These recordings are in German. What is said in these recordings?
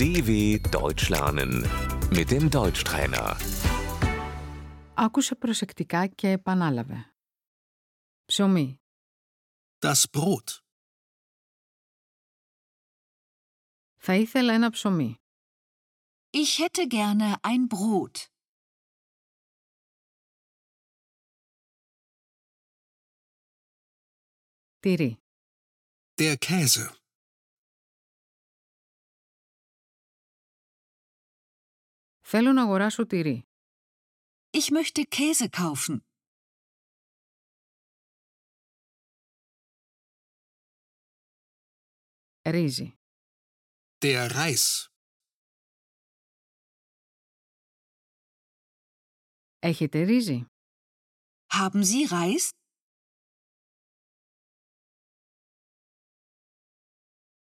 DW Deutsch lernen mit dem Deutschtrainer. Άκουσε προσεκτικά και επανάλαβε. Ψωμί, Das Brot. θα ήθελα ένα ψωμί. Ich hätte gerne ein Brot. Τυρί, Der Käse. θέλω να αγοράσω τυρί. Ich möchte Käse kaufen. Ρύζι, Der Reis. έχετε ρύζι. Haben Sie Reis?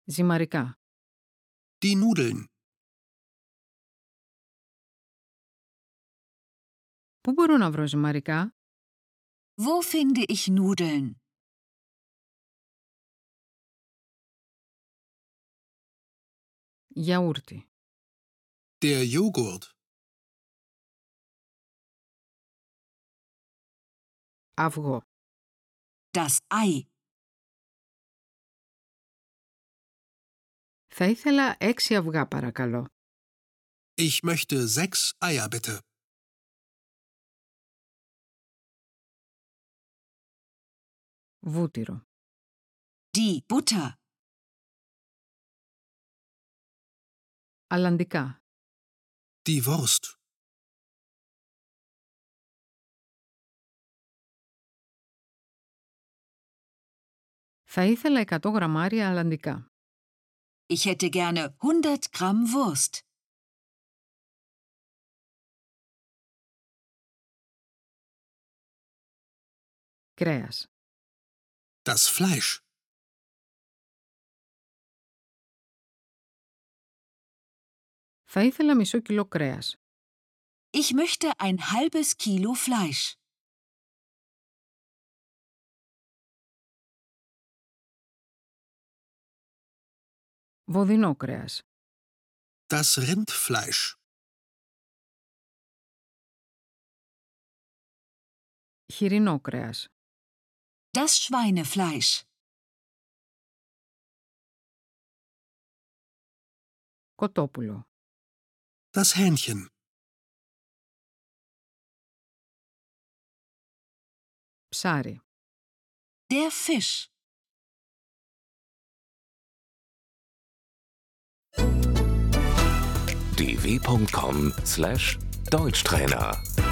Ζυμαρικά, Die Nudeln. πού μπορώ να βρω ζυμαρικά. Wo finde ich Nudeln? Γιαούρτι, Der Joghurt. αυγό, Das Ei. θα ήθελα έξι αυγά παρακαλώ. Ich möchte sechs Eier bitte. Βούτυρο, Die Butter. αλλαντικά, Die Wurst. θα ήθελα 100 γραμμάρια αλλαντικά. Ich hätte gerne 100 Gramm Wurst. Κρέας, Das Fleisch. θα ήθελα μισό κιλό κρέας. Ich möchte ein halbes Kilo Fleisch. Βοδινό κρέας, Das Rindfleisch. χοιρινό κρέας, Das Schweinefleisch. κοτόπουλο, Das Hähnchen. ψάρι, Der Fisch. dw.com/deutschtrainer